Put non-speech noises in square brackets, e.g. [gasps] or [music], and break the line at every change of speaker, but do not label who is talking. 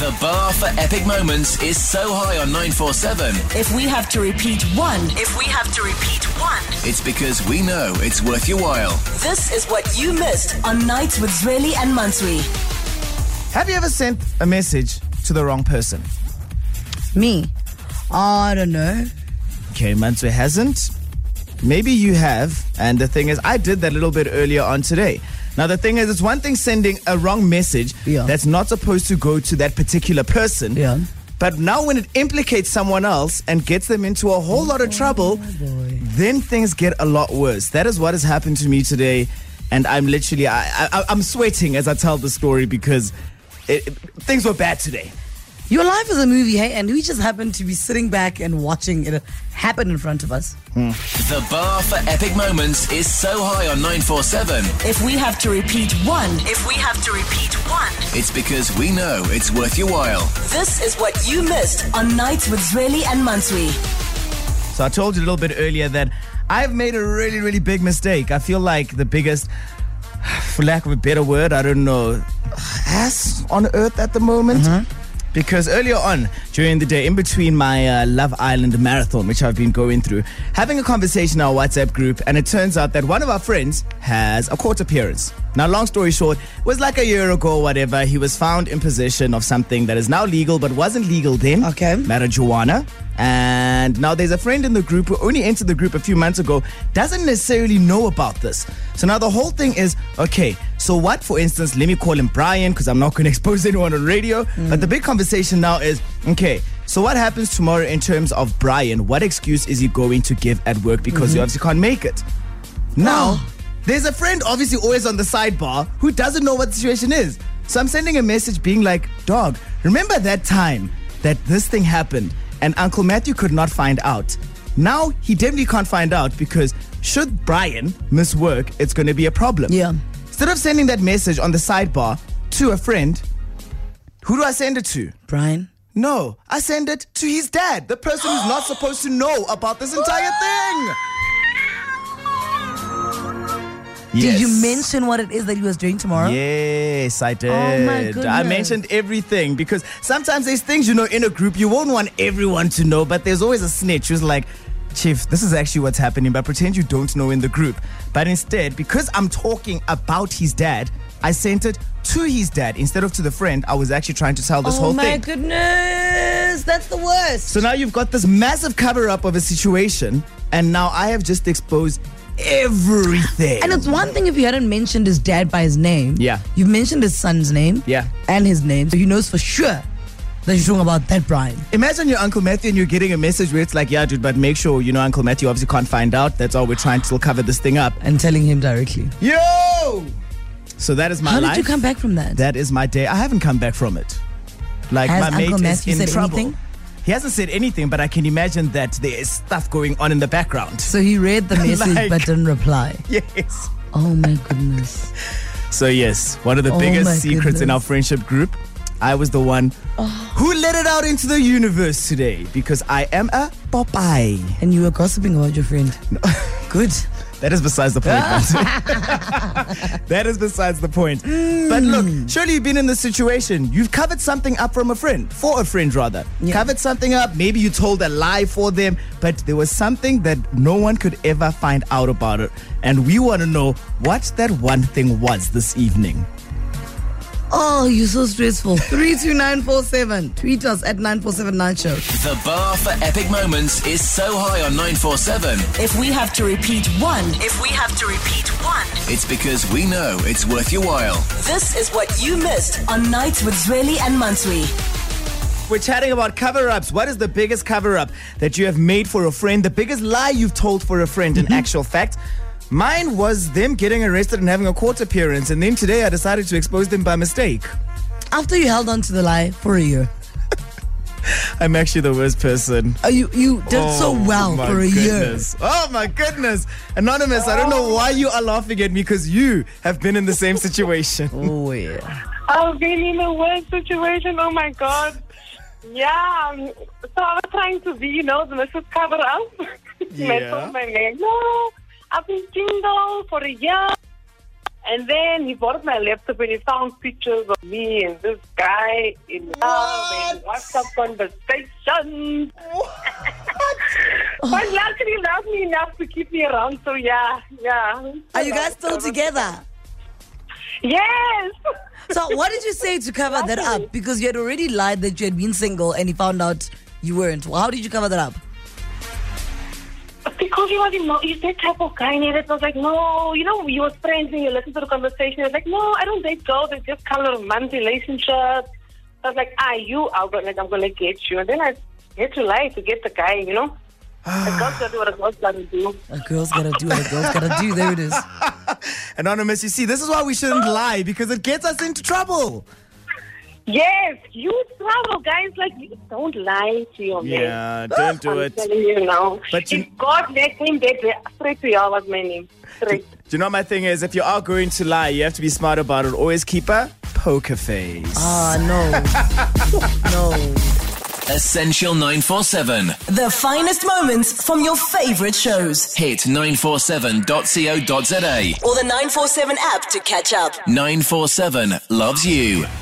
The bar for epic moments is so high on 947,
If we have to repeat one,
If we have to repeat one,
it's because we know it's worth your while.
this is what you missed on Nights with Zweli and Mansui.
Have you ever sent a message to the wrong person?
Me? I don't know.
Okay, Manswe hasn't. Maybe you have. And the thing is, I did that a little bit earlier on today. Now, the thing is, it's one thing sending a wrong message
Yeah.
that's not supposed to go to that particular person.
Yeah.
But now, when it implicates someone else and gets them into a whole lot of
Oh,
trouble, then things get a lot worse. That is what has happened to me today. And I'm literally, I, I, I'm sweating as I tell the story because it, it- things were bad today.
Your life is a movie, hey, and we just happen to be sitting back and watching it happen in front of us.
The bar for epic moments is so high on 947,
If we have to repeat one,
if we have to repeat one,
it's because we know it's worth your while.
this is what you missed on Nights with Zweli and Mansui.
So I told you a little bit earlier that I've made a really, really big mistake. I feel like the biggest, [sighs] for lack of a better word, I don't know, ass on earth at the moment. Because earlier on during the day, in between my uh, Love Island marathon, which I've been going through, having a conversation in our WhatsApp group, and it turns out that one of our friends has a court appearance. Now, long story short, it was like a year ago, whatever. He was found in possession of something that is now legal but wasn't legal then.
Okay.
Marijuana. And now there's a friend in the group who only entered the group a few months ago, doesn't necessarily know about this. So now the whole thing is okay, so what, for instance, let me call him Brian because I'm not going to [laughs] expose anyone on radio. But the big conversation now is okay, so what happens tomorrow in terms of Brian? What excuse is he going to give at work because he obviously can't make it? Now, there's a friend obviously always on the sidebar who doesn't know what the situation is. So I'm sending a message being like, dog, remember that time that this thing happened and Uncle Matthew could not find out? Now he definitely can't find out because should Brian miss work, it's going to be a problem.
Yeah.
Instead of sending that message on the sidebar to a friend, who do I send it to?
Brian?
No, I send it to his dad, the person who's not supposed to know about this entire thing.
Did you mention what it is that he was doing tomorrow?
Yes, I did.
my
I
goodness.
mentioned everything because sometimes there's things you know in a group you won't want everyone to know, but there's always a snitch who's like, Chief, this is actually what's happening, but pretend you don't know in the group. But instead, because I'm talking about his dad, I sent it to his dad instead of to the friend I was actually trying to tell this
Oh
whole
my
thing.
goodness, that's the worst.
So now you've got this massive cover up of a situation, and now I have just exposed everything.
And it's one thing if you hadn't mentioned his dad by his name.
Yeah.
You've mentioned his son's name.
Yeah.
And his name. So he knows for sure that you're talking about that Brian.
Imagine your Uncle Matthew and you're getting a message where it's like, yeah, dude, but make sure, you know, Uncle Matthew obviously can't find out. That's all we're trying to still cover this thing up.
And telling him directly.
Yo! So that is my
How
life.
did you come back from that?
That is my day. I haven't come back from it. Like,
Has
my mate
Uncle
is
Matthew
in
said
trouble.
anything?
He hasn't said anything, but I can imagine that there is stuff going on in the background. [laughs]
so he read the message
Like-
but didn't reply.
Yes.
Oh my goodness.
So, yes, one of the
Oh my
biggest secrets in
goodness. Oh.
our friendship group. I was the one who let it out into the universe today because I am a Popeye.
and you were gossiping about your friend.
[laughs]
Good.
That is besides the point.
[laughs]
Bantu. that is besides the point. But
Hmm.
look, surely you've been in this situation. You've covered something up from a friend, for a friend rather.
Yeah.
Covered something up. Maybe you told a lie for them, but there was something that no one could ever find out about it. And we want to know what that one thing was this evening.
Oh, you're so [laughs] stressful. 32947. Tweet us at 9479 show.
The bar for epic moments is so high on 947,
If we have to repeat one,
if we have to repeat one,
it's because we know it's worth your while.
this is what you missed on Nights with Zweli and Mansui.
We're chatting about cover ups. What is the biggest cover up that you have made for a friend? The biggest lie you've told for a friend, in actual fact. Mine was them getting arrested and having a court appearance, and then today I decided to expose them by mistake.
After you held on to the lie for a year.
I'm actually the worst person.
Oh, you, you did so
Oh,
well
my
for a
goodness. Oh my goodness. Anonymous, I don't know why you are laughing at me because you have been in the same situation. [laughs]
year. Oh, yeah.
I've been in a worse situation. Oh my god. Yeah. um, So I was trying to be, you know, the Mrs. Cover Up. [laughs]
Yeah.
my name. No, I've been single for a year. And then he bought my laptop and he found pictures of me and this guy in love and WhatsApp conversations. [laughs] but luckily, he loved me enough to keep me around. So yeah, yeah.
Are you guys still together?
Yes.
So what did you say to cover that up? Because you had already lied that you had been single and he found out you weren't. How did you cover that up?
Because he was emo- he's that type of guy, and it was like, no, you know, you were friends and you listened to the conversation. It's like, no, I don't date girls. It's just kind of man's relationship. I was like, ah, you are going, like, I'm going to get you. And then I had to lie to get the guy,
[sighs]
you know? a girl's got to do what a girl's got to do.
A girl's gotta do what a girl's gotta do. There it is.
Anonymous, you see, this is why we [gasps] shouldn't lie because it gets us into trouble.
Yes, you travel, guys. Like, you don't lie to your man.
don't
I'm telling you now.
But you-
if God let him get straight to y'all, was my name. Straight.
Do you know my thing is if you are going to lie, you have to be smart about it. Always keep a poker face.
Ah no, [laughs] no.
Essential 947.
The finest moments from your favorite shows.
Hit 947.co.za.
Or the 947 app to catch up.
947 loves you.